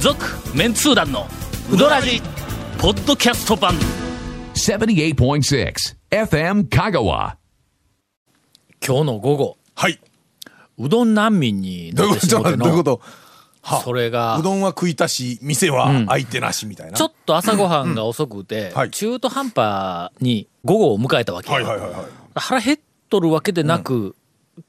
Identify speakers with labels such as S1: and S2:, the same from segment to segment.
S1: 続メンツー団のウドラジポッドキャスト版
S2: 78.6 FM Kagawa.
S3: 今日の午後
S4: はい。
S3: うどん難民に
S4: どう
S3: な
S4: いう
S3: って
S4: こと
S3: し
S4: ちょ
S3: ま
S4: っ
S3: っ
S4: と待
S3: て
S4: ってどうい
S3: の
S4: うことは
S3: それが
S4: うどんは食いたし、店は開いてなしみたいな。
S3: ちょっと朝ごはんが遅くて、
S4: はい
S3: 中途半端に午後を迎えたわけよ、
S4: はいはいはいはい。
S3: 腹減っとるわけでなく、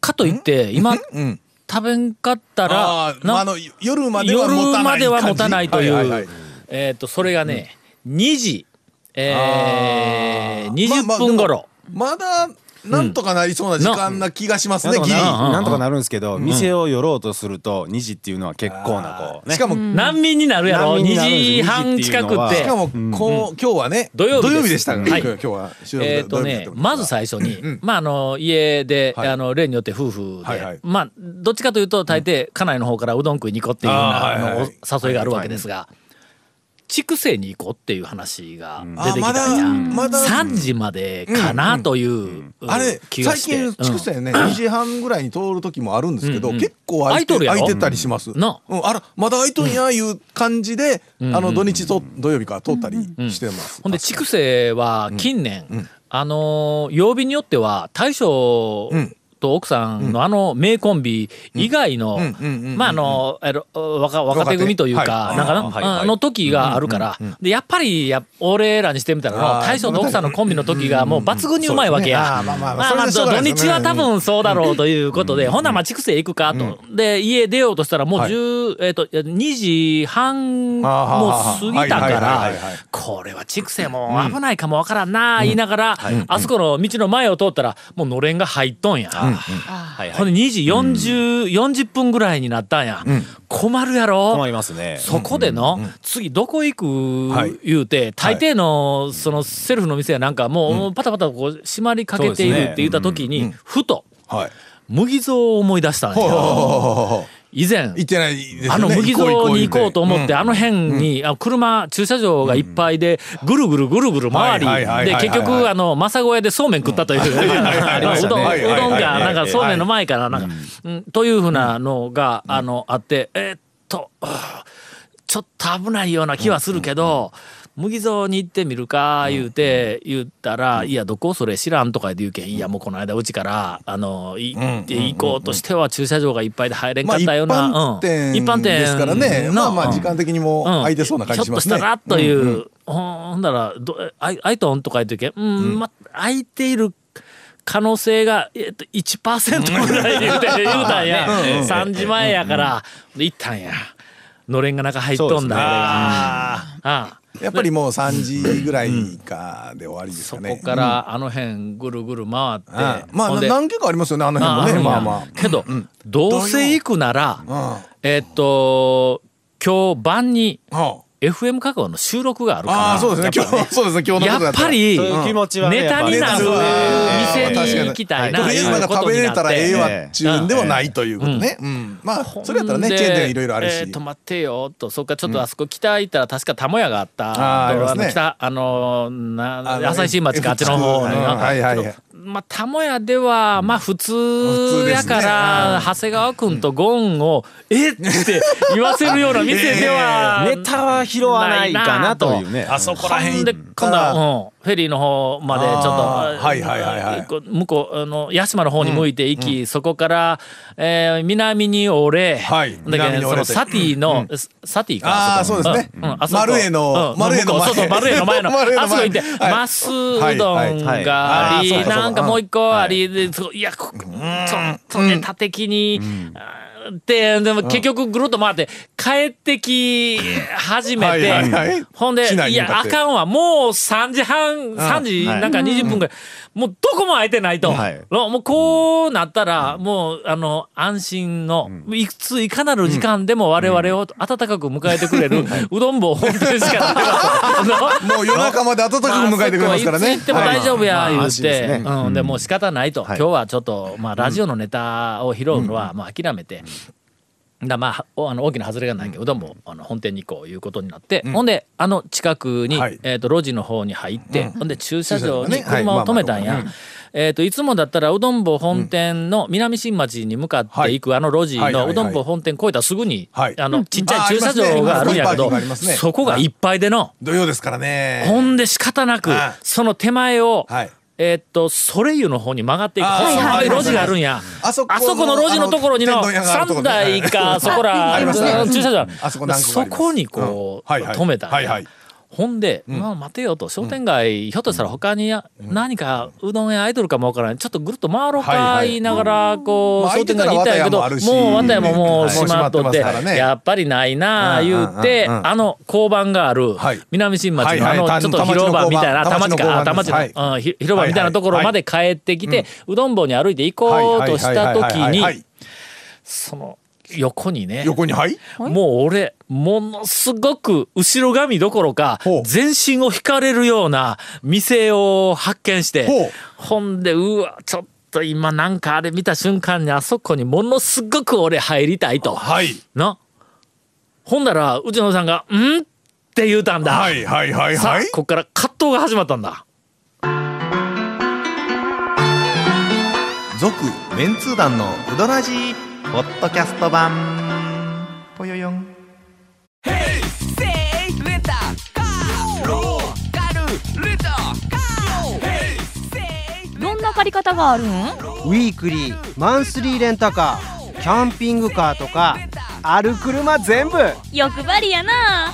S3: かといって今、
S4: ん
S3: 食べんかったら
S4: あーまあ、あの
S3: な
S4: 夜までは
S3: 夜
S4: 持たない
S3: までは持たないという、
S4: 感じはいはいはい
S3: えっ、とそれがね、2時、えー、20分頃、
S4: まあまあでもまだなんとかなりそうな時間な気がしますね、
S3: うん
S4: ギリ。
S3: なんとか
S5: なんとかなるんですけど、店を寄ろうとすると2時っていうのは結構なこうね
S4: しかも、
S3: 難民になるやろ
S5: 難民になるんです
S3: 2時半近く
S5: 2時ってて
S4: し
S5: い
S4: かもこう、今日はね
S3: 土曜日です
S4: でしたからね、
S3: はい
S4: 今日は収録
S3: え
S4: で
S3: っ、とね
S4: 土曜日ですから
S3: まず最初に、まああの家で、
S4: はい
S3: あの例によって夫婦で、
S4: はいはい
S3: まあどっちかというと大抵家内の方からうどん食いに行こうっていうような
S4: あー
S3: あの
S4: はいはい
S3: お誘いがあるわけですが、筑西に行こうっていう話が出てき
S4: あま
S3: たん
S4: だ
S3: や、
S4: まだ
S3: 3時までかなという、うん
S4: あれ
S3: 気が
S4: 最
S3: して
S4: 近筑西ね、2時半ぐらいに通る時もあるんですけど、
S3: うんうん
S4: 結構空い
S3: 空い
S4: て
S3: とるやろ
S4: 空いてたりします、うん
S3: な
S4: あらまだ空いとんやいう感じで、あの土日と土曜日から通ったりしてます、
S3: ほんで筑西は近年、あのー曜日によっては大将
S4: うん
S3: と奥さんのあの名コンビ以外の
S4: うんうんうんうん
S3: まああのあの若若手組というか
S4: はい
S3: なんかな
S5: あーはいはい
S3: あの時があるからでやっぱりや俺らにしてみたら
S4: あ
S3: の
S4: ー
S3: 大将と奥さんのコンビの時がもう抜群にうまいわけや。
S4: まあまあまあ
S3: まあまあ、
S4: それでしょうが
S3: 土
S4: ないです
S3: 日
S4: よ
S3: は
S4: ね
S3: 多分そうだろうということで、ほな、まあ、筑西行くかと。で、家出ようとしたら、もう10、えっと、2時半
S4: あー
S3: もう過ぎたか
S4: は
S3: ら
S4: いはいはいはいはい、
S3: これは畜生も危ないかもわからんな、言いながら、あそこの道の前を通ったら、もうのれんが入っとんや。
S5: はい
S3: ほんで2時40、40分ぐらいになったんや。困るやろ
S5: 困りますね
S3: そこでの、次どこ行
S4: はい
S3: く言うて、大抵の、そのセルフの店やなんかもうパタパタこう閉まりかけているって言った時に、ふと、
S4: はい
S3: 麦蔵を思い出したんよ。
S4: 行
S3: 以前、
S4: ってないですよね
S3: あの麦蔵に行こうと思って、
S4: ん
S3: あの辺に、あ車、駐車場がいっぱいで、ぐるぐるぐるぐる回り、
S4: はいはいはい
S3: で、
S4: はい
S3: 結
S4: はい
S3: 局、あの、正小屋でそうめん食ったという、あのうどん、
S4: はいう
S3: どん
S4: は
S3: が、
S4: いはい
S3: なん
S4: は
S3: か
S4: い
S3: そうめんの前から、なんか、うんというふうなのが、あの、あって、えーっと、あーちょっと危ないような気はするけど、麦蔵に行ってみるか言うて言ったら「いやどこそれ知らん」とか言うけん「いやもうこの間うちからあのい行って行こうとしては駐車場がいっぱいで入れん
S4: ま
S3: か
S4: あ
S3: っ
S4: 一
S3: たような、う
S4: 般店
S3: ん一般店
S4: ですからね、まあまあ時
S3: の
S4: 間的に
S3: う
S4: も
S3: ん
S4: 空いてそうな感じしますね、
S3: ひょっとしたらという、ほんならどえあい「アイトン」とか言ってるけんうん、まあ空いている可能性が、えっと、1%ぐらい言うて言うたん や3時前やからで行ったんやのれんが中入っとんだ、あれが。ああ
S4: やっぱりもう3時ぐらいかで終わりです
S3: そ
S4: かね、
S3: こからあの辺ぐるぐる回って、
S4: あまあ
S3: ほんで
S4: 何件かありますよねあの
S3: ああ
S4: 辺
S3: るん
S4: もね
S3: や
S4: まあま
S3: けど、どうせ行くなら、
S4: あ
S3: えっと今日晩に
S4: うんは
S3: FM 加工の収録があるから
S4: ああーそうですね今日そうですね今日のこと
S3: や
S4: だ
S3: っぱ
S4: と
S3: り、
S5: そういう気持ちはね
S3: ネタになる
S4: やっぱね
S3: 店に行きたいな、
S4: とりあえずなんか食べれたらええわっちゅうんではないということね。うんまあそれやったらねチェーン店いろいろある
S3: え
S4: し
S3: ー、と。待ってよとそっかちょっとあそこ北行ったら確か玉屋があった、
S4: あーありますね
S3: の北あのな
S4: あの
S3: 朝日新町かあっちの方
S4: F 地区
S3: の
S4: うんはいはい
S3: け
S4: はい
S3: どまあ玉屋ではまあ普通やか
S4: 普通ですね
S3: ら、
S4: あ
S3: 長谷川君とゴンを「えっ!」って言わせるような店で は、
S5: ネタは拾わないかなというね
S4: あそこら
S3: ほん
S4: 辺
S3: で
S4: 行った
S3: 今度
S4: ら
S3: は、うん、フェリーの方までちょっと
S4: あーはいはいはいはい
S3: こう向こうあの屋島の方に向いて行き、そこから、えー南に折れ、
S4: はい
S3: だけど
S4: 南に折れて
S3: そのサティの、サティか
S4: あー
S3: こ
S4: そうですね
S3: んんあそこ
S4: 丸栄の
S3: うん
S4: 丸栄の
S3: 向こ
S4: 前
S3: うそうそう丸栄の前の
S4: 丸栄の前
S3: あそこ行って、
S4: はい
S3: マスうど
S4: はい
S3: ん
S5: はい
S3: があり、
S4: あーそうかそうか
S3: なんかもう一個あり、でそういやここちょっとネタ的に、あーででも結局ぐるっと回って帰ってき始めて、
S4: はいはいはい
S3: ほんで
S4: 市内
S3: い
S4: に向
S3: や
S4: か
S3: あ
S4: って
S3: かんわもう3時半3時
S5: はい
S3: なんか20分ぐらい、もうどこも空いてないと、
S5: はい
S3: もうこうなったらもうあの安心のいくついかなる時間でも我々を温かく迎えてくれるうどん坊本店しかない わあの
S4: もう夜中まで暖かく迎えてくれますから
S3: あそこはいつ
S4: ね
S3: 行っ。ても大丈夫や、
S5: はい
S3: 言
S5: まあ
S3: う
S5: 安心で
S3: て、
S5: すね
S3: うん、でもう仕方ないと、
S5: はい
S3: 今日はちょっと、まあ、ラジオのネタを拾うのは、まあ、諦めて、だまあおあの大きな外れがないけど、うどんもあの本店に行こういうことになって、ほんであの近くに、
S4: はい
S3: えー、と路地の方に入って、ほんで駐車場に
S4: 駐車場がねはい
S3: 車を止めたんや、
S4: まあ
S3: いえー、といつもだったらうどん坊本店の南新町に向かっていく、あの路地
S4: はいはい
S3: の
S4: はいう
S3: どん坊本店越えたらすぐに、
S4: はい
S3: あのちっちゃ
S4: あ
S3: い駐
S4: あり
S3: 車
S4: ますね
S3: 場があるんやけど、
S4: ありますね
S3: そこがいっぱいでの、
S4: 土曜ですからね。
S3: ほんで仕方なく、
S4: はい
S3: その手前を、
S4: はい
S3: えーっとソレイユの方に曲がっていく
S4: あー
S3: 細
S4: はいい
S3: 路地があるんや
S4: あそこの
S3: の路地のところにの
S4: あの天丼屋があるとこ
S3: 3
S4: ね
S3: 台 かそこら
S4: ありますね
S3: うん駐車場
S4: あそこ何個かあります
S3: こにこう
S4: うんはいはい
S3: 止めたんや
S4: はいはい
S3: ほんで、まあ待てよと商店街、ひょっとしたら他に何かうどん屋アイドルかもわからないちょっとぐるっと回ろうか
S4: はいはい
S3: 言いながらこう、
S4: まあ
S3: 商店街に行ったんやけど、
S4: 空いてたら綿屋もあるし
S3: もう綿屋ももう
S4: はい
S3: 閉まっとっ
S4: もう閉まって
S3: て,、
S4: ますからね
S3: やっぱりないなあ言うて、
S4: うんうんうんうん
S3: あの交番がある
S4: はい
S3: 南新町の
S4: は
S3: あ
S4: いはい
S3: のちょっと広場みたいな
S4: 田
S3: 田町
S4: 町の交
S3: か
S4: 番
S3: あ田町
S4: はい
S3: のうんひ広場みたいなところまで帰ってきてうどん坊に歩いて行
S4: はい
S3: こう
S4: はい
S3: とした時
S4: はいはいはいはい
S3: にその横にね
S4: 横にはい。
S3: もう俺ものすごく後ろ髪どころか
S4: ほう
S3: 全身を引かれるような店を発見して
S4: ほう
S3: ほんでうわちょっと今なんかあれ見た瞬間にあそこにものすごく俺入りたいと。
S4: はい。
S3: なほんなら内野さんが「ん?」って言うたんだ。
S4: はいはいはい
S3: さあ
S4: はい。
S3: こっから葛藤が始まったんだ。
S6: 続メンツー団のウドラジーポッドキャスト版ぽよよん
S7: どんな借り方があるん
S8: ウィークリーマンスリーレンタカーキャンピングカーとかある車全部
S7: 欲張りやな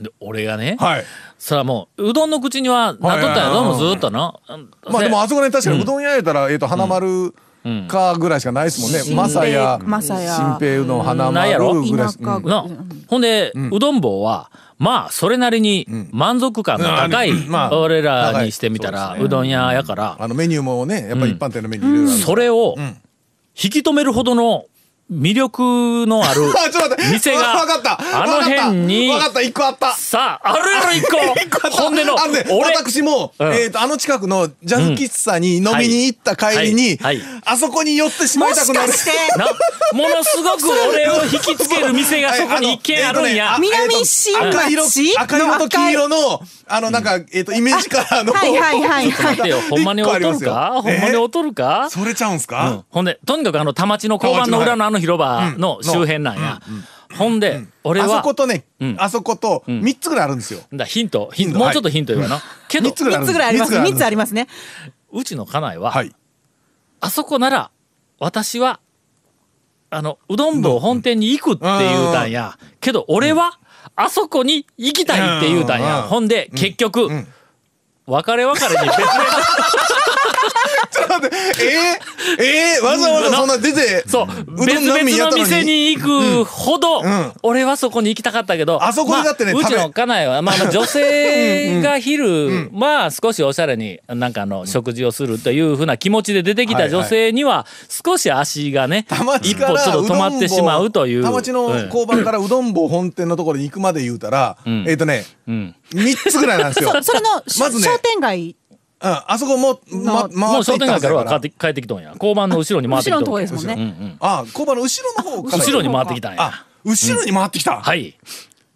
S3: で俺がね、
S4: はい。
S3: そらもううどんの口にはなっとったんや
S4: はいはいはい
S3: どうもずーっとな。
S4: まあでもあそこね確かにうどん屋やったらえっと花丸
S3: ん
S4: かぐらいしかないですもんね。
S9: 新
S4: マサヤ、
S9: マサヤ
S4: 新平うどん花
S3: ないやろ
S4: 丸ぐらい
S9: 田
S4: し
S9: 舎
S4: うん
S9: ぐらい
S3: なほんで、うどん坊はまあそれなりに満足感の高い、
S4: うんまあ
S3: 俺らにしてみたら、うどん屋やから、
S4: あのメニューもねやっぱり一般店のメニューいろいろある。
S3: それを引き止めるほどの魅力のある
S4: あちょっと待って。
S3: 店が
S4: わかった。
S3: あの辺に
S4: わかった一個あった。
S3: さああるやろ 一個ほんでの
S4: あね
S3: 俺
S4: 私も、
S3: うん
S4: えーとあの近くのジャズ喫茶に飲みに行った帰りに、
S3: はいはい
S4: あそこに寄ってしまいたくなる。
S3: なものすごく俺を引きつける店がそこに一軒あるんや
S4: は。いあのえーとねあ
S9: 南新町
S4: えーと赤色赤色と黄色のあのなんか、えっ、とイメージカラーの、
S9: はいはいはい
S3: ちょっと待ってよほんまに劣る
S4: 一個
S3: か
S4: あります
S3: ほ
S4: よ
S3: んまに
S4: え
S3: 劣るか
S4: それちゃうんすか、
S3: うんほんでとにかくあの田町の交番の裏のあの広場の周辺なんや。ほんで俺
S4: あそ
S3: は
S4: ことね、
S3: ん
S4: あそこと三つぐらいあるんですよ。
S3: だヒントヒン
S4: ヒン
S3: ト
S4: ト
S3: もうちょっとヒント言うわな。けど
S4: 三つぐらいある
S9: 三つぐらいあります三つあ
S4: り
S9: りますね
S3: うちの家内は、
S4: はい。
S3: あそこなら私はあのうどん坊本店に行くって言うたんやけど俺はあそこに行きたいって言うたんや
S4: うん
S3: ほんで結局、別れ別れに別れ
S4: えー、えー、わざわざそんな出て、
S3: そう
S4: うど
S3: 別
S4: ん飲みにや
S3: 々の
S4: ったのに
S3: 店に行くほど、
S4: ん
S3: 俺はそこに行きたかったけど
S4: あそこにだってね
S3: まあう
S4: 食
S3: ち
S4: べ
S3: の家内は、まあ、まあ女性が昼、まあ少しおしゃれになんかあの食事をするというふうな気持ちで出てきた女性には少し足がね、
S4: 田町
S3: 一
S4: か
S3: 歩ち
S4: ら
S3: ょっと止まってしまうという
S4: どんぼ田町の
S3: うん
S4: 交番からうどん坊本店のところに行くまで言うたら、えっ、とね、三つぐらいなんで すよ。
S9: それの、
S4: まずね
S9: 商店街
S4: うん、あそこも、ま、
S3: も
S4: 回
S3: う
S4: って
S3: 商
S4: いっ
S3: 店
S4: たん
S3: 街からは帰
S4: ら
S3: って帰ってきとんや交番の後ろに回っ
S9: 後
S3: てき
S9: ろ
S3: と
S9: のとこ
S3: ん
S9: で
S3: や
S9: すもんね
S4: あ、工場の後ろの方から。
S3: 後ろに回ってきたんや
S4: あ、後ろに回ってきた。
S3: はい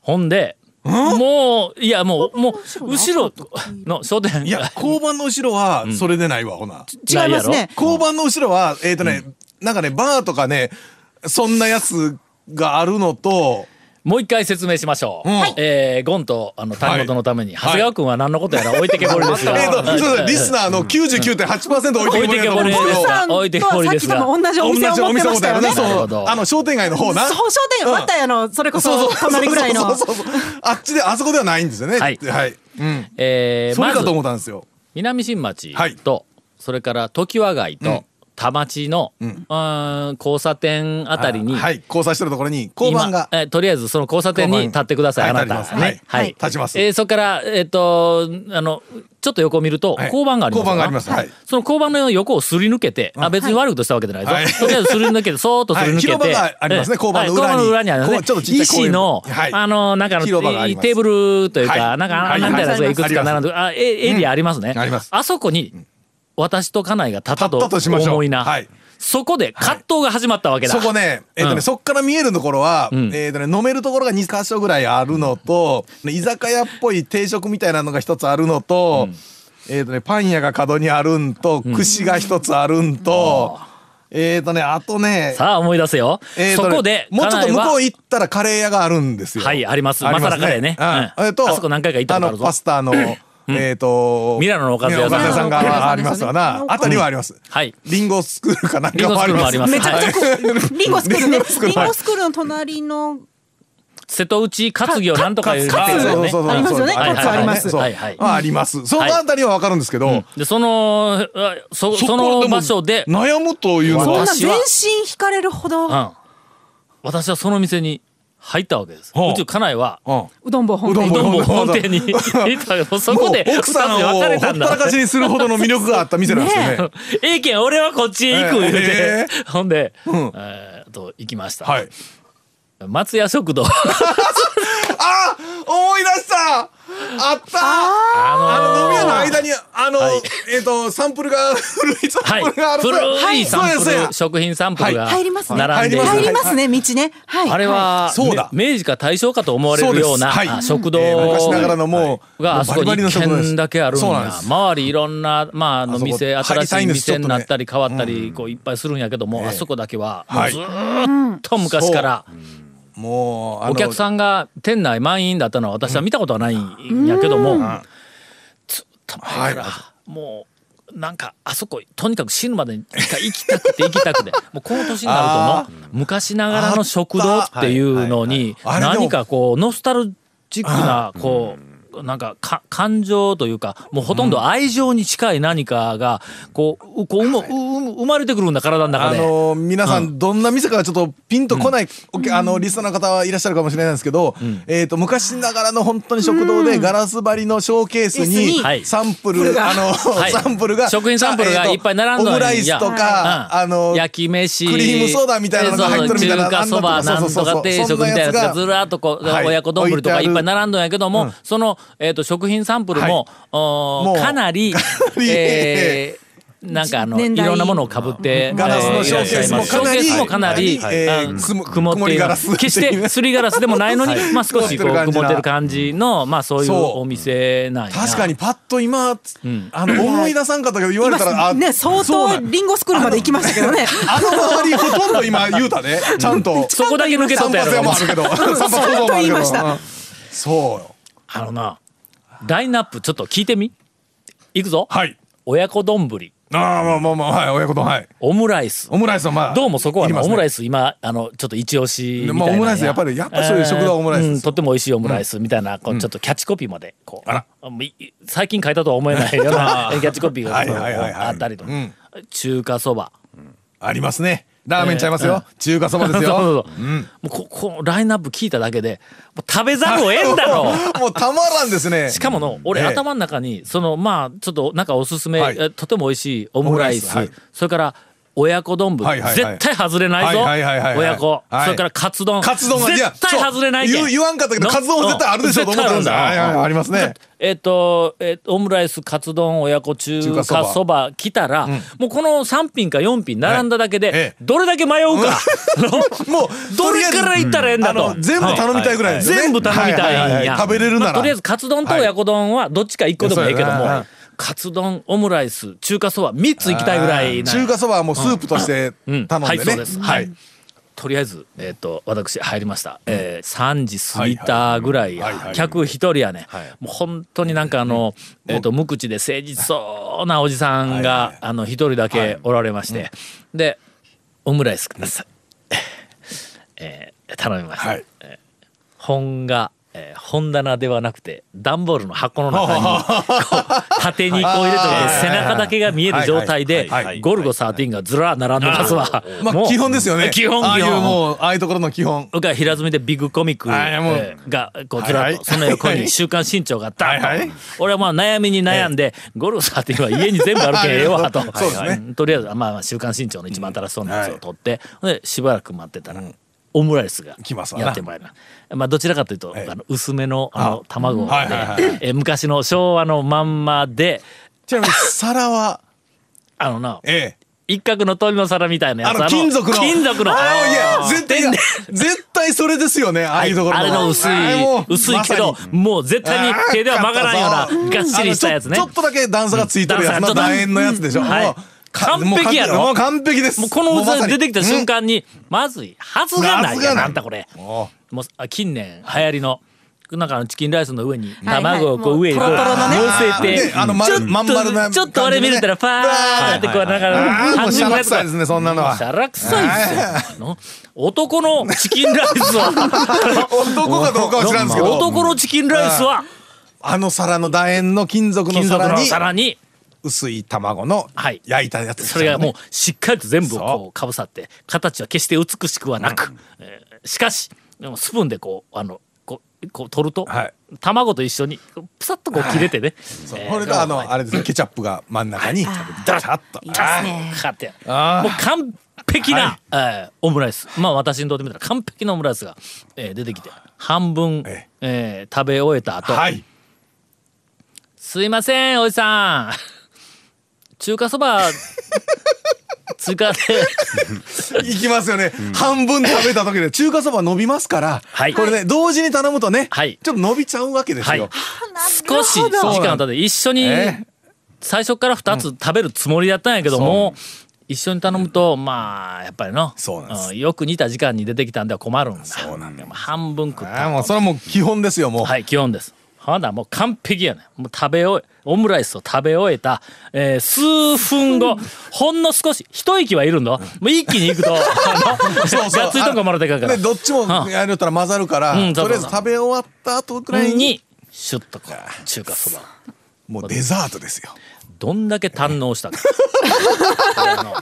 S3: ほんでもういやもうもう後ろの商店
S4: いや、交番の後ろは、それでないわ、ほな。
S9: 違います
S3: ないや
S9: ね
S4: 交番の後ろは、えっ、とね、なんかね、バーとかね、そんなやつがあるのと、
S3: もう一回説明しましょう、
S4: うんはい
S3: えーゴンとあの谷本のために、
S4: い
S3: 長谷川君は何のことやら置いてけぼりですが、
S4: えっ、と、そうそうリスナーの99.8%置い
S3: 置
S4: て
S3: い
S4: きぼ
S3: て
S4: り
S3: け
S4: だと
S3: ぼ
S4: 思うん
S3: りですが置いて
S4: でけど。
S9: ん
S3: けぼ
S9: さ
S3: り
S9: っ
S3: です
S9: きと
S3: が
S9: も同じお
S4: 同じ
S9: 店を
S4: お
S9: 持って
S4: 店
S9: ましたよね。
S4: そ
S3: なるほ
S4: う
S3: ど
S4: あの商店街の方な
S9: そう商店街、またあの、それこ
S4: そう
S9: そ
S4: そう
S9: 隣ぐらいの。
S4: そうそうそうそうあっちであそこではないんですよね
S3: は
S4: はいい、うん、
S3: えー
S4: それ
S3: ま
S4: か
S3: ず
S4: と思ったんですよ
S3: 南新町
S4: はい
S3: と、それから常盤街と、田町の、うーん交差点あたりに、
S4: はい交差してるところに交番が
S3: 今えーとりあえずその交差点に立ってください、あ
S4: 交
S3: な
S4: 番に
S3: た。
S4: はい立ちますはい立ちます
S3: えーそれから、えっ、と、あの、ちょっと横を見ると、
S4: はい
S3: 交番がありますよな。
S4: 交番がありますはい
S3: その交番の横をすり抜けて、あ、別に悪いことしたわけじゃないぞ。
S4: はい
S3: とりあえずすり抜けて、そーっとすり抜けて。
S4: はい広場がありますね
S3: えー
S4: 交番の
S3: はい
S4: 裏に
S3: 交あるんです
S4: こうちょっとちっ
S3: ね。
S4: ちゃい公園
S3: 石の、
S4: はい
S3: あの、なんかあの
S4: 広場があります
S3: テーブルというか、
S4: はい
S3: なんか、
S4: はい
S3: なんてやつがいくつか並んで、あえエリアありますね、
S4: んあります
S3: あそこに、私と家内が立ったと
S4: 立ったとしましょう
S3: 思いな、
S4: はい
S3: そこで葛藤が始まったわけだ、
S4: そこね、えっ、とね、
S3: うん
S4: そっから見えるところは、
S3: ん
S4: えっ、とね、飲めるところが2カ所ぐらいあるのと、居酒屋っぽい定食みたいなのが一つあるのと、えっ、とね、パン屋が角にあるんと、串が一つあるんと、えっ、とね、あとね、
S3: さあ思い出せよ、
S4: えーと
S3: そ
S4: ね
S3: こで
S4: もうちょっと
S3: 家内
S4: 向
S3: は
S4: こう行ったらカレー屋があるんですよ。
S3: はいありますマサラカレーね
S4: うん
S3: うん
S4: えっと
S3: あそこ何回か行ったことあるぞ
S4: のパスタの、えっと、
S3: ミラノのおかず屋さん
S4: ミラノのおさんがありますわな。あたりはあります。
S3: はい
S4: リンゴスクールかなんかもあります。
S3: リンゴスクールもあります
S9: めちゃくちゃこうリンゴスクールね
S4: リンゴスクール
S9: リンゴスクールの隣の
S3: 瀬戸内活業なんとかいう
S9: か
S3: 店
S9: か
S3: ですよ
S4: そ
S3: ね
S4: うそうそう
S9: ありますよね
S4: そう
S3: カツあります
S4: そう
S3: はいはい
S4: ああります。そのあたりはわかるんですけど、
S3: でそのあそ
S4: そ
S3: そ
S4: こは
S3: の
S4: でも
S3: 場所で、
S4: 悩むというの
S9: そん
S4: は
S9: な
S3: 私
S9: 全
S3: は
S9: 身惹かれるほど
S3: うん、私はその店に入ったわけです、
S4: ほう
S3: うち家内は
S4: う
S9: うどん坊本
S4: うどん
S9: 店
S4: 坊
S3: どん
S4: ほ
S3: ぼ
S4: うほう
S3: 本店に行ったけどそ
S4: ん。
S3: こで
S4: もう
S3: 2
S4: 奥
S3: つ
S4: さん
S3: で
S4: を
S3: 別
S4: ほ
S3: れ
S4: った
S3: んだ
S4: たらかしにするほどの魅力があった店なんですよね。
S3: ええけん俺はこっちへ行く言うて、
S4: え
S3: ほんで、
S4: ん
S3: えーと行きました、
S4: はい。
S3: 松屋食 堂
S4: あ思い出したあったあの飲み屋の間にあの、
S3: はい
S4: えっ、とサンプルが 古いサ
S3: はい
S4: ンプルがある
S3: 古いサンプ
S4: そう
S3: ル、
S4: やそう
S3: 食品サンプルが
S4: は
S9: 入りますね
S3: 並んでいる、
S4: はい
S9: 入りますね道ねはい
S3: あれは、
S4: そうだ
S3: め明治か大正かと思われるような
S4: そうですはい
S3: あ食堂
S4: やえー昔ながらのもう、
S3: があそこに一軒だけあるん
S4: そうなんで
S3: や
S4: す
S3: 周りいろんな、まあ、あの
S4: あそこ
S3: 店
S4: 入りたい
S3: 新しい
S4: んです
S3: 店になったり
S4: ち
S3: 変わったりこういっぱいするんやけども、あそこだけはもう
S4: はい
S3: ずーっと昔から
S4: もうあの
S3: お客さんが店内満員だったのは私は見たことはないんやけども、ずっと前から、もうなんかあそことにかく死ぬまでに一回行きたくて行きたく てもうこの年になるとの昔ながらの食堂っていうのに
S4: あったはいはいはいあれでも
S3: 何かこうノスタルジックなこうなんかか感情というかもうほとんど愛情に近い何かがこううこううもうう生まれてくるんだ体の中
S4: あ
S3: で。
S4: の皆さん、どんな店かちょっとピンとこない、お客あのリストの方はいらっしゃるかもしれないんですけど、えー、と昔ながらの本当に食堂でガラス張りのショーケース
S9: 椅
S4: に
S3: 子に
S4: サンプル、あの、
S3: はい
S4: サンプルが
S3: 食品サンプルがいっぱい並ん
S4: オ
S3: だ
S4: ムライスとか、あの
S3: 焼き飯
S4: クリームソーダみたいなのが入っとるみたいな
S3: そうそう中華そば
S4: あんな
S3: な
S4: とこ
S3: んとか定食みたいなやつがずらっとこう、
S4: はい
S3: 親子丼とかいっぱい並んどんやけども、
S4: 置いてある
S3: その、えー、と食品サンプルも,おー、
S4: もう
S3: かなり
S4: り
S3: えーなんかあのい
S9: 年代
S3: ろんなものをかぶって
S4: ガラスのショーケースもかなり
S3: ショーケースもかなり
S4: はいえー
S3: あの
S4: 曇
S3: 曇って
S4: 曇り
S3: い
S4: ガ
S3: る
S4: ラス
S3: 決してすりガラスでもないのに、まあ少しこう
S4: 曇ってる感じな
S3: 曇ってる感じのまあそういう
S4: そう
S3: お店なんや
S4: 確かにパッと今、あの思い出さんかとか言われたら、あ
S9: 今ね相
S4: そう
S9: 当
S4: なん
S9: リンゴスクールまで行きましたけどね
S4: あの周りほとんど今言うたねちゃんと
S3: そこだけ抜けとっ
S4: 散
S3: たや
S4: 髪
S3: ろ
S4: 屋もあるけど散髪屋もあるけど
S9: 言いました
S4: うんそうよ
S3: あのな、ラインナップちょっと聞いてみ。いくぞ。
S4: はい
S3: 親子丼ぶり、
S4: ああまあまあまあはい親子丼はい
S3: オムライス。
S4: オムライスはまあ
S3: どうもそこはな、オムライ
S4: ス
S3: ス今、あの、ちょっと一押しみたいな
S4: まあ
S3: ん。
S4: オムライスやっぱりやっぱりそういう食堂はオムライスです
S3: うんとっても美味しいオムライスみたいな、こうちょっとキャッチコピーまで、こう。もうい最近書いたとは思えないような キャッチコピーが
S4: はい
S3: こう
S4: はいはいはい
S3: あったりとか
S4: うん
S3: 中華そば。
S4: ありますねラーメンちゃいますよ中華そばで す
S3: そう
S4: よ
S3: そうそうもうこ、このラインナップ聞いただけで、もう食べざるを得んだろう。
S4: もうたまらんですね
S3: しかもの俺
S4: ええ
S3: 頭の中にそのまあちょっとなんかおすすめ、
S4: はい
S3: えとても美味しいオムライス
S4: オムライスは
S3: それから親子丼ぶり、
S4: はいはいはい
S3: 絶対外れないぞ、
S4: はいはいはいはいはい
S3: 親子、
S4: はい
S3: それからカツ丼
S4: カツ丼はいや
S3: 絶対外れないけん
S4: そう言う言わんかったけど
S3: の
S4: カツ丼は絶対あるでしょうと思ったん
S3: う
S4: です
S3: 絶
S4: よ
S3: 対あ
S4: はい
S3: るんだ
S4: はいはいありますね
S3: えっ、と、えっとオムライスカツ丼親子中
S4: 中華そば
S3: 華そば来たら、もうこの3品か4品並んだだけで、
S4: ええ
S3: どれだけ迷 うか、の
S4: もう
S3: どれから行ったらええんだ
S4: あ
S3: と
S4: の。全部頼みたいぐらいですよね
S3: 全部頼みたいんや、
S4: はははは食べれるな
S3: まあ
S4: ら
S3: とりあえずカツ丼と親子丼はどっちか一個でもええけども、
S4: はいはい
S3: カツ丼オムライス中華そば3つ行きたいぐらいな
S4: 中華そばはもうスープとして
S3: うん
S4: 頼んでね、
S3: はいそうですはい
S4: はい
S3: とりあえず、えっと私入りました、えー、3時過ぎたぐらいや、
S4: はいはいはい
S3: 客一人やね、もう本当になんかあの、えっと無口で誠実そうなおじさんが、あの一人だけおられまして、でオムライスください、 えー頼みました、
S4: はい
S3: 本が、えー本棚ではなくて段ボールの箱の 中にこう縦にこう入れといて背中だけが見える状態で
S4: はいはいはい
S3: ゴルゴ13がずらー並んでますわ。
S4: ま
S3: も
S4: あ
S3: う
S4: 基本ですよね
S3: 基本
S4: ああ
S3: 基
S4: いう
S3: 本。
S4: もうああいうところの基本
S3: 僕は平積みでビッグコミック、
S4: あいやもう
S3: えーがこうずらっと、
S4: はいはい
S3: その横に「週刊新潮」がダッと、
S4: はいはい
S3: 俺はまあ悩みに悩んで、ゴルサーっていうのは家に全部ある けんええわと
S4: そうですね
S3: んとりあえず、まあまあ、週刊新潮の一番新しそうなやつを取って、でしばらく待ってたら。オムライスが
S4: 来ますわな
S3: やってまいりますまあどちらかというと、
S4: ええ
S3: あの薄めのあの卵で、
S4: はいはいはい
S3: えー昔の昭和のまんまで
S4: ちなみに皿は
S3: あのな、
S4: ええ
S3: 一角の鳥の皿みたいなや
S4: あ
S3: つ。
S4: の金属の
S3: 金属の。
S4: ああいや絶対絶対それですよねああいうところ
S3: あれの薄い
S4: あれも、
S3: 薄いけど
S4: ま、
S3: もう絶対に手では曲がらんような、がっしりしたやつね。
S4: あのちょちょっとだけ段差がついてるやつ
S3: うん段差
S4: の
S3: ちょっと
S4: 楕円のやつでしょ、
S3: うんはい
S4: もうか
S3: 完璧やろ
S4: もう完璧です
S3: もうこの器出てきた瞬、間に、まずい、はずがない
S4: はずが
S3: やん、
S4: ない
S3: あんたこれ。
S4: もうまさにうんも
S3: もうあ近年流行りの、なんかあのチキンライスの上に、
S9: はい
S3: 卵をこ
S9: も
S3: う
S9: う
S3: 上にこう、
S9: トロトロのね
S3: 乗
S4: う
S3: せ
S4: で
S3: て、
S4: あの、ま、
S3: ちょっ
S4: まん丸な
S3: と、ちょっとあれ見れたら、パーってこう、なんか、
S4: ああもうしゃらくさい
S3: が
S4: ですねそんなのは
S3: しゃらくさいですよ。あの男のチキンライスは、
S4: 男かどうかは 知らんですけど
S3: 男のチキンライスは、
S4: あの皿の楕円の金属の
S3: 金属
S4: 皿
S3: の
S4: に
S3: 皿に、
S4: 薄い卵の
S3: はい
S4: 焼いたやつです
S3: そ
S4: よね、
S3: れがもうしっかりと全部
S4: そう
S3: こうかぶさって形は決して美しくはなく、えーしかしでもスプーンでこうあのこうこう取ると、
S4: はい
S3: 卵と一緒にこうプサッとこう切れてね、えー
S4: これがあのあれですねケチャップが真ん中にダラッと
S9: いいですね
S3: かかってもう
S4: あー
S3: 完璧な、えーオムライスまあ私にとってみたら完璧なオムライスが、えー出てきて半分、え
S4: え
S3: ー食べ終えた後、
S4: はい
S3: すいませんおじさん中華そ ば追加で
S4: いきますよね、半分食べた時で中華そば伸びますから、
S3: はい
S4: これね同時に頼むとね、
S3: はい
S4: ちょっと伸びちゃうわけですよ、
S3: はい少し時間経って一緒に
S4: ええ
S3: 最初から2つ食べるつもりだったんやけども、一緒に頼むとまあやっぱりの
S4: そうなんです
S3: んよく似た時間に出てきたんでは困るんだそうなんだ半分食っ
S4: あ
S3: た
S4: あもうそれはもう基本ですよもう、
S3: はい基本ですまだもう完璧やねもう食べ終えオムライスを食べ終えた、えー数分後ほんの少し一息はいるんだもう一気に行 くとあの
S4: そうそう
S3: がっついとんかもらってかんから
S4: でどっちも
S3: はあ
S4: やるったら混ざるから、
S3: うんそうそう
S4: とりあえず食べ終わった後くらいに
S3: にシュッとこう中華そば
S4: もうデザートですよ
S3: どんだけ堪能したか。あ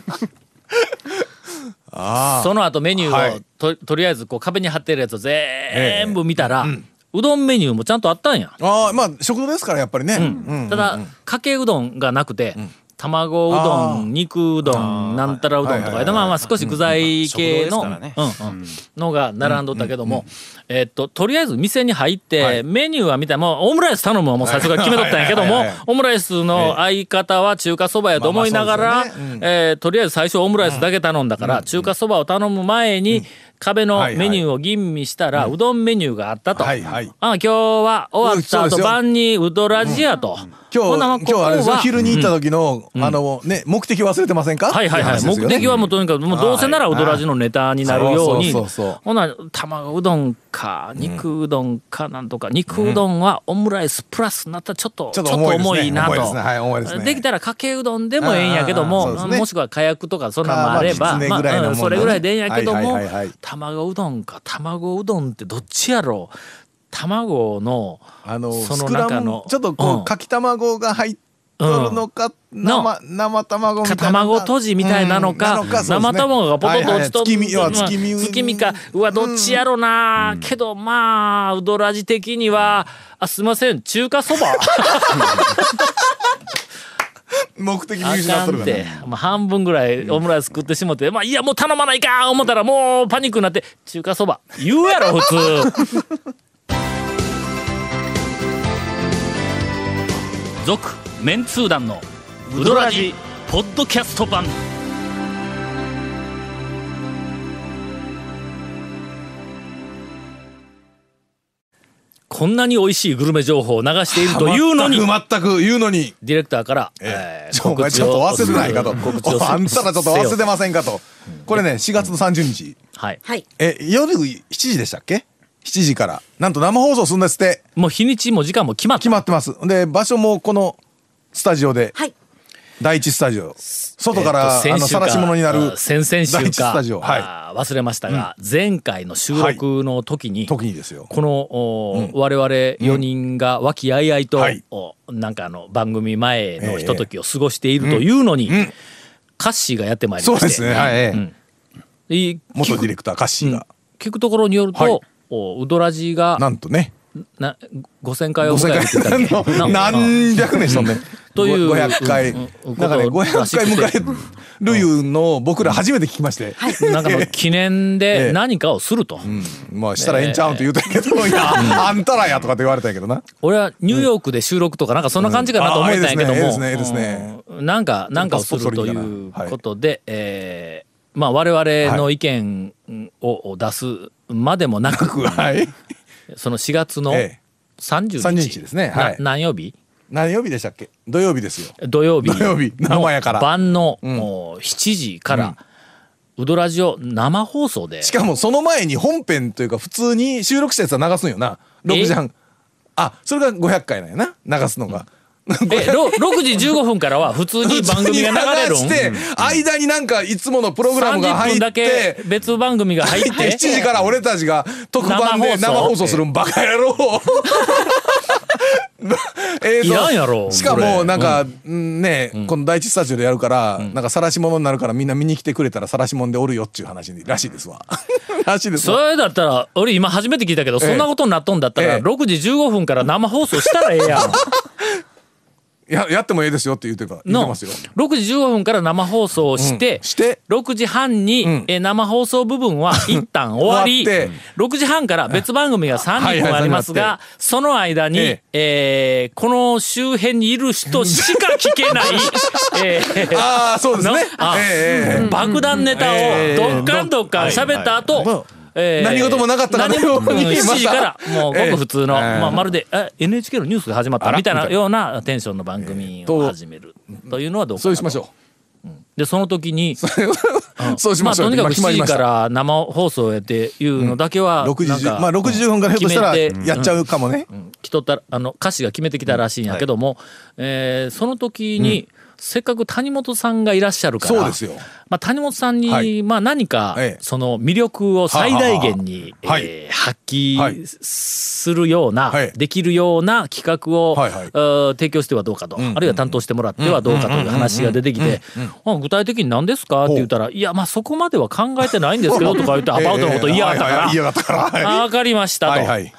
S3: のその後メニュ
S4: は
S3: ーを
S4: い
S3: と,、とりあえずこう壁に貼ってるやつを全部見たら、うどんメニューもちゃんとあったんや。
S4: ああまあ食堂ですからやっぱりね、うん
S3: ただかけうどんがなくて、卵うどん肉うどんなんたらうどんと
S4: はいはい
S3: か
S4: はいは
S3: で
S4: い
S3: まあまあ少し具材系の、
S5: 食堂です
S3: うんうんのが並んどったけども、えっととりあえず店に入って、メニューは見たらもうオムライス頼むはもう最初から決めとったんやけども、
S4: はいはいはいはい
S3: オムライスの相方は中華そばやと思いなが
S4: まあ
S3: ら
S4: まあそうですよね
S3: えーとりあえず最初オムライスだけ頼んだから、中華そばを頼む前に、壁の
S4: はいは
S3: メ
S4: い
S3: ニューを吟味したら、うどんメニューがあったと。
S4: はいはい
S3: あ今日は終わった
S4: う
S3: 後
S4: んそうですよ
S3: 晩にウドラジアと。
S4: 今
S3: ほなまあ
S4: 日今日あれです
S3: こ
S4: よ
S3: こは
S4: 昼に行った時の、あのね目的忘れてませんか
S3: はいはいはい、
S4: って話です
S3: 目
S4: よね
S3: 的はもうとにかくもうどうせならウドラジのネタになるように
S4: そうそうそうそう
S3: ほな卵うどんか肉うどんかなんとか、肉うどんはオムライスプラスになったらちょっと
S4: ちょっと重いで
S3: ちょっ
S4: すね
S3: と重いなと
S4: 重いですねはい重いですね
S3: できたらかけうどんでもええんやけども、
S4: あーそうですね
S3: もしくはかやくとかそんなんもあれば、
S4: かまあきつねぐらいのもんね
S3: うんそれぐらいでええんやけども、
S4: はいはいはいはい
S3: 卵うどんか卵うどんってどっちやろう卵の
S4: あの
S3: そ
S4: ス
S3: の
S4: クラ
S3: 中
S4: ム
S3: の
S4: ちょっとこう、
S3: うん
S4: かき卵が入っとるのか、生生卵みたいな
S3: 卵とじみたいなのか,、
S4: うんなのかそうですね
S3: 生卵がポトッと落ちと
S4: はいはいはい月見
S3: う
S4: 要
S3: ん
S4: は
S3: 月見かうわどっちやろな、けどまあうどらじ的にはあすいません中華そば
S4: 目的見
S3: あ
S4: 失っ
S3: か
S4: とる
S3: ん
S4: か
S3: て
S4: ら、
S3: まあ、半分ぐらいオムライス食ってしもて、まあいやもう頼まないか思ったらもうパニックになって中華そば言うやろ普 通続メンツー団のウドラジポッドキャスト版こんなに美味しいグルメ情報を流しているというのに
S4: 全く全く言うのに、
S3: ディレクターから、
S4: え
S3: え
S4: え
S3: ー
S4: ちょお前ちょっと忘れてないかと
S3: 告知を
S4: お あんたらちょっと忘れてませんかとこれね4月の30日
S3: はい。
S9: はい
S4: え夜7時でしたっけ7時からなんと生放送するんですって
S3: もう日にちも時間も決まっ
S4: 決
S3: た。
S4: まってますで場所もこのスタジオで、
S9: はい
S4: 第一スタジオ外か
S3: え
S4: ら、
S3: っと先
S4: あ
S3: 週
S4: の
S3: か
S4: 晒し物にな
S3: あ
S4: る
S3: 先々
S4: 第
S3: 週
S4: 一ス
S3: か
S4: タジオはい
S3: あー忘れましたが、前回の収録の時に、
S4: 時にですよ
S3: この、お我々4人が和気あいあいと、
S4: はい
S3: おなんかあの番組前のひとときを過ごしているというのに、カッシーがやってまいり
S4: そ
S3: ま
S4: う
S3: して
S4: ですね、はいええ
S3: で聞
S4: 元
S3: く
S4: ディレクターカッシーが、
S3: 聞くところによると、
S4: はい
S3: おウドラジが
S4: なんとね
S3: な5000回を
S4: 五
S3: 迎
S4: 千
S3: えるって言ったっ
S4: 回
S3: け
S4: の
S3: な
S4: 何百年しとんねん
S3: という
S4: ご500回
S3: うんうん
S4: だからね
S3: ことらし
S4: 500
S3: く
S4: 回
S3: て
S4: 迎えるいうのを僕ら初めて聞きまして
S3: なんかの記念
S4: え
S3: で
S4: え
S3: 何かをすると、
S4: うんまあしたらええんちゃうんと言うたけどいやあんたらやとかって言われたんやけど な
S3: 俺はニューヨークで収録とかなんかそんな感じかなと思ってたんやけど
S4: うんあ
S3: も、
S4: ーいいですねいいですねいい
S3: うんなんかなんかをするということで、えーまあ我々の意見をを出すまでもなく、
S4: はい
S3: その4月の
S4: ええ
S3: 30日
S4: 30日ですねはい
S3: な何曜日
S4: 何曜日でしたっけ土曜日ですよ
S3: 土曜日
S4: 土曜日
S3: の
S4: 生やから
S3: 晩の、
S4: うん
S3: もう7時から、ウドラジオ生放送で
S4: しかもその前に本編というか普通に収録したやつは流すんよな6時半あそれが500回なんやな流すのが。
S3: えろ6時15分からは普通に番組が流れるん
S4: して間になんかいつものプログラムが
S3: 30
S4: 入
S3: 分だ
S4: っ
S3: け
S4: て
S3: 別番組が入っ
S4: 入って
S3: て
S4: 7時から俺たちが特番で
S3: 生
S4: 生
S3: 放送
S4: 放送するんバカ 野郎えーと
S3: いらんやろ
S4: しかもなんか、うんね、この第一スタジオでやるから、なんか晒し者になるからみんな見に来てくれたら晒し者でおるよっちゅう話にらしいで すわらしいですわ
S3: それだったら俺今初めて聞いたけど、
S4: え
S3: そんなことになっとんだったら、
S4: ええ
S3: 6時15分から生放送したらええやん
S4: ややってもええですよって言ってた 言って
S3: の
S4: ますよ、
S3: 6時15分から生放送をして、
S4: うんして
S3: 6時半に、
S4: ん
S3: え生放送部分は一旦終わり
S4: 終わって
S3: 6時半から別番組が
S4: はい
S3: 30
S4: はい
S3: 分ありますが、
S4: はい
S3: その間に、え
S4: え
S3: ーこの周辺にいる人しか聞け ない、えー
S4: ああそうですね
S3: のあ
S4: ええええ
S3: 爆弾ネタ
S4: え
S3: を
S4: え
S3: どっかんどっかん喋った後、
S4: はいはい
S3: え
S4: 何事もなかったかのように
S3: 何もん
S4: また
S3: 7時からもうごく普通の、
S4: ええ
S3: まあ、まるでえ NHK のニュースが始まったみたい
S4: あ
S3: な
S4: ら
S3: ようなテンションの番組を始めるというのはどうかなと
S4: そうしましょ
S3: でその時に
S4: う そうしましょう
S3: あ、とにかく
S4: 今
S3: 7時か
S4: 決まりました
S3: ら生放送やっていうのだけはなんか、
S4: 6時10まあ6時10分からひょっとしたら
S3: 決めて
S4: やっちゃうかもね、
S3: 来とったらあの歌詞が決めてきたらしいんやけども、えーその時に、せっかく谷本さんがいらっしゃるから
S4: そうですよ
S3: まあ、谷本さんに、
S4: はい
S3: まあ、何か、
S4: ええ
S3: その魅力を最大限に、
S4: はあはあはい
S3: えー発揮
S4: はい
S3: するような、
S4: はい
S3: できるような企画を、
S4: はいはい
S3: えー提供してはどうかと、あるいは担当してもらってはどうかという話が出てきて「あ具体的に何ですか?」って言ったら「いやまあそこまでは考えてないんですけど」とか言ってアバウトのこと言いやがったか
S4: ええ
S3: ら
S4: はいはい言いやがったから
S3: 「あ分かりました」と。
S4: はいはい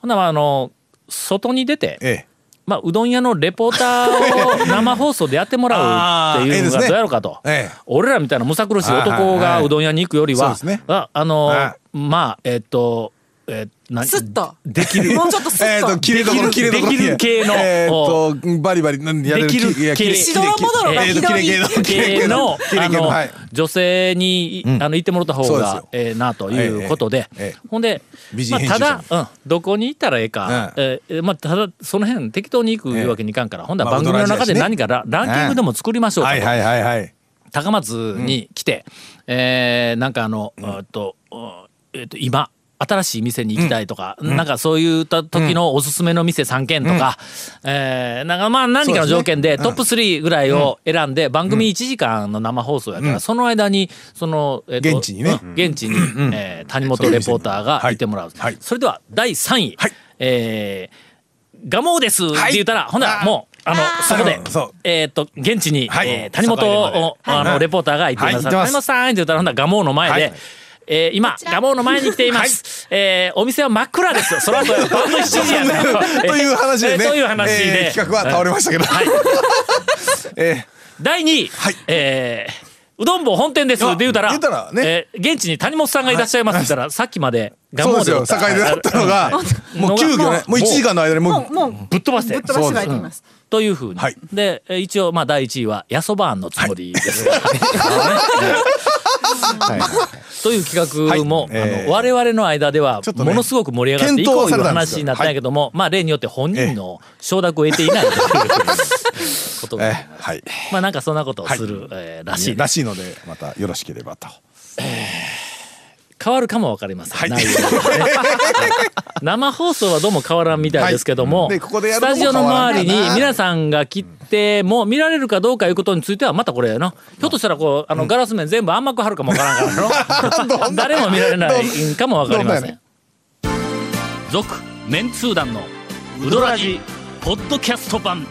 S3: ほんならあの外に出て、
S4: ええ
S3: まあ、うどん屋のレポーター を生放送でやってもらうってい
S4: あーええ
S3: う
S4: で
S3: の
S4: す
S3: が
S4: ね
S3: どうやろうかと、
S4: ええ
S3: 俺らみたいなむさ苦しい男
S4: はいはい
S3: が
S4: はいう
S3: どん屋に行くより
S4: そう
S3: は、
S4: ですね
S3: ああの
S4: は
S3: まあえっと、えっと何
S9: スッと
S3: できる
S9: もうちょっとス
S4: え
S9: ッ
S4: ーと
S9: と。
S4: 切れどころ
S3: でき
S4: 切
S3: る
S4: れどころ
S3: できる系の
S4: えーとバリバリなんやれ
S3: できる
S4: いや
S3: 系
S9: しどろもどろが
S4: えー
S9: ひ
S4: と
S9: ど
S4: 切れ
S9: い。
S4: 系の切れ
S3: 系
S4: 系
S3: の
S4: の切れ
S3: あ
S4: 系
S3: の
S4: のはい
S3: 女性に、あの行ってもらった方
S4: そうです
S3: が
S4: よ
S3: ええなということで、
S4: ええええ
S3: ほんで、
S4: 美
S3: ま
S4: 人
S3: あ、
S4: 編
S3: た
S4: 集者
S3: だ、うん、どこに行ったらええか、ええまあ、ただその辺適当に行くいうわけにいかんから、ほんだら
S4: まあ
S3: 番組の
S4: うどら
S3: 中
S4: じ
S3: で
S4: やし
S3: 何
S4: ね
S3: かラ,、ンキングでも作りましょうかと、
S4: はいはいはいはい
S3: 高松に来て、えーなんかあの、えっとえっと今新しい店に行きたいとか、なんかそういった時のおすすめの店3軒とか、えーなんかまあ何かの条件でトップ3ぐらいを選んで番組1時間の生放送やから、その間にその、えっと
S4: 現地にね
S3: うん現地に、えー谷本レポーターがいてもらう、
S4: はいはい
S3: それでは第3位、
S4: はい
S3: えー、ガモーですって言ったら、ほんならもうあのそこで
S4: うんそう
S3: えーっと現地に、
S4: はい
S3: えー谷本をあのレポーターが行ってください
S4: はい行ってま
S3: 谷
S4: す
S3: 本さんって言ったらほんならガモーの前で。えー今、ガモーの前に来ています。えーお店は真っ暗です。そらそうや、バンド7時 やね
S4: という話でね
S3: えーという話で
S4: えー企画は倒れましたけど
S3: はい
S4: え
S3: 第2位、
S4: はい
S3: えーうどん坊本店ですって言うたら、
S4: 言うたらね
S3: えー現地に谷本さんがいらっしゃいますって言ったら、さっきまで
S4: ー
S3: ガ
S4: そう
S3: モ
S4: です
S3: ー
S4: よ
S3: で
S4: 境でだったのがもう急遽ねもう1時間の間にも
S9: もう
S4: う
S9: もう
S3: ぶっ飛ばして
S9: ぶっ飛ばしてはいています。
S3: というふうに、
S4: はい
S3: でえー一応まあ第1位は「やそばあんのつもり」 です。という企画も、
S4: はいえー
S3: あの我々の間では
S4: ちょっとね
S3: ものすごく盛り上がってい
S4: 検
S3: こ
S4: 討
S3: うと
S4: さ
S3: いう
S4: れたんです
S3: 話
S4: よ
S3: になったんやけども、まあ例によって本人の承諾を得ていないという こと
S4: え
S3: が
S4: ーはい
S3: まあなんかそんなことをする、えーらしいで
S4: ら
S3: す
S4: しいのでまたよろしければと
S3: 変わるかもわかりません、
S4: はい
S3: 内容が生放送はどうも変わらんみたいですけども、
S4: はいでここでや
S3: ス
S4: るの
S3: タ
S4: も
S3: ジオの
S4: 変わらん
S3: 周り
S4: か
S3: に
S4: な
S3: 皆さんが来ても見られるかどうかいうことについてはまたこれやなひょっとしたらこうあのガラス面全部暗幕張るかもわからん からの誰も見られないかもわかりませ
S4: どんなん
S3: ん続メンツー団のウドラジポッドキャスト版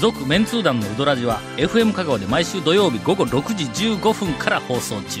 S3: 続メンツー団のウドラジは FM 香川で毎週土曜日午後6時15分から放送中